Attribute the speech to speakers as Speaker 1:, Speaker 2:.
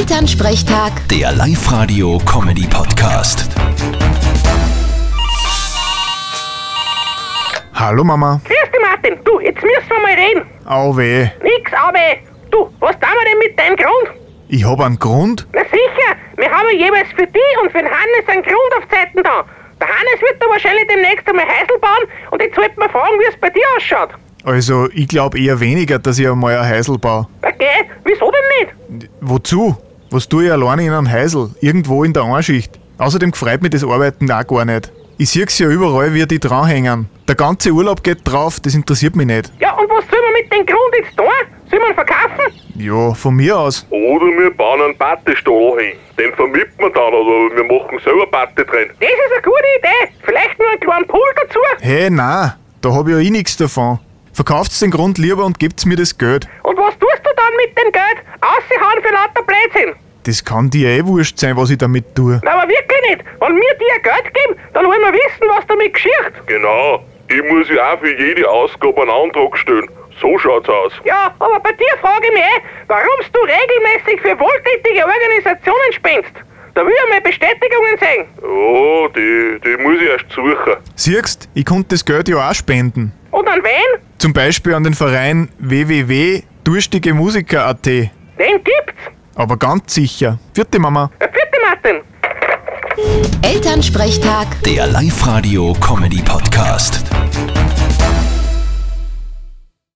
Speaker 1: Elternsprechtag,
Speaker 2: Der Live-Radio-Comedy-Podcast.
Speaker 3: Hallo Mama.
Speaker 4: Grüß dich, Martin. Du, jetzt müssen wir mal reden.
Speaker 3: Au weh.
Speaker 4: Nix, aber du, was tun wir denn mit deinem Grund?
Speaker 3: Ich hab einen Grund?
Speaker 4: Na sicher, wir haben jeweils für dich und für den Hannes einen Grund auf Zeiten da. Der Hannes wird da wahrscheinlich demnächst einmal Häusl bauen und jetzt sollten wir fragen, wie es bei dir ausschaut.
Speaker 3: Also, ich glaub eher weniger, dass ich einmal ein Heisel baue.
Speaker 4: Okay, wieso denn nicht?
Speaker 3: Wozu? Was tue ich alleine in einem Heisel? Irgendwo in der Anschicht. Außerdem gefreut mich das Arbeiten auch gar nicht. Ich sieh's ja überall, wie die dranhängen. Der ganze Urlaub geht drauf, das interessiert mich nicht.
Speaker 4: Ja, und was sollen wir mit dem Grund jetzt tun? Sollen wir ihn verkaufen?
Speaker 3: Ja, von mir aus.
Speaker 5: Oder wir bauen einen Battestall hin. Den vermieten wir dann, oder wir machen selber Batte drin.
Speaker 4: Das ist eine gute Idee. Vielleicht nur einen kleinen Pool dazu.
Speaker 3: Hey, na, da hab ich ja eh nix davon. Verkauft's den Grund lieber und gebt's mir das Geld.
Speaker 4: Und was tust du dann mit dem Geld? Aussehauen für lauter Blödsinn.
Speaker 3: Das kann dir eh wurscht sein, was ich damit tue.
Speaker 4: Na, aber wirklich nicht. Wenn wir dir Geld geben, dann wollen wir wissen, was damit geschieht.
Speaker 5: Genau. Ich muss ja auch für jede Ausgabe einen Antrag stellen. So schaut's aus.
Speaker 4: Ja, aber bei dir frage ich mich, eh, warum du regelmäßig für wohltätige Organisationen spendest. Da will ich mal Bestätigungen sehen.
Speaker 5: Oh, die, die muss ich erst suchen.
Speaker 3: Siehst, ich konnte das Geld ja auch spenden.
Speaker 4: Und an wen?
Speaker 3: Zum Beispiel an den Verein www.durstigemusiker.at.
Speaker 4: Den gibt's.
Speaker 3: Aber ganz sicher. Vierte Mama.
Speaker 4: Äh, Vierte Martin.
Speaker 1: Elternsprechtag.
Speaker 2: Der Live-Radio-Comedy-Podcast.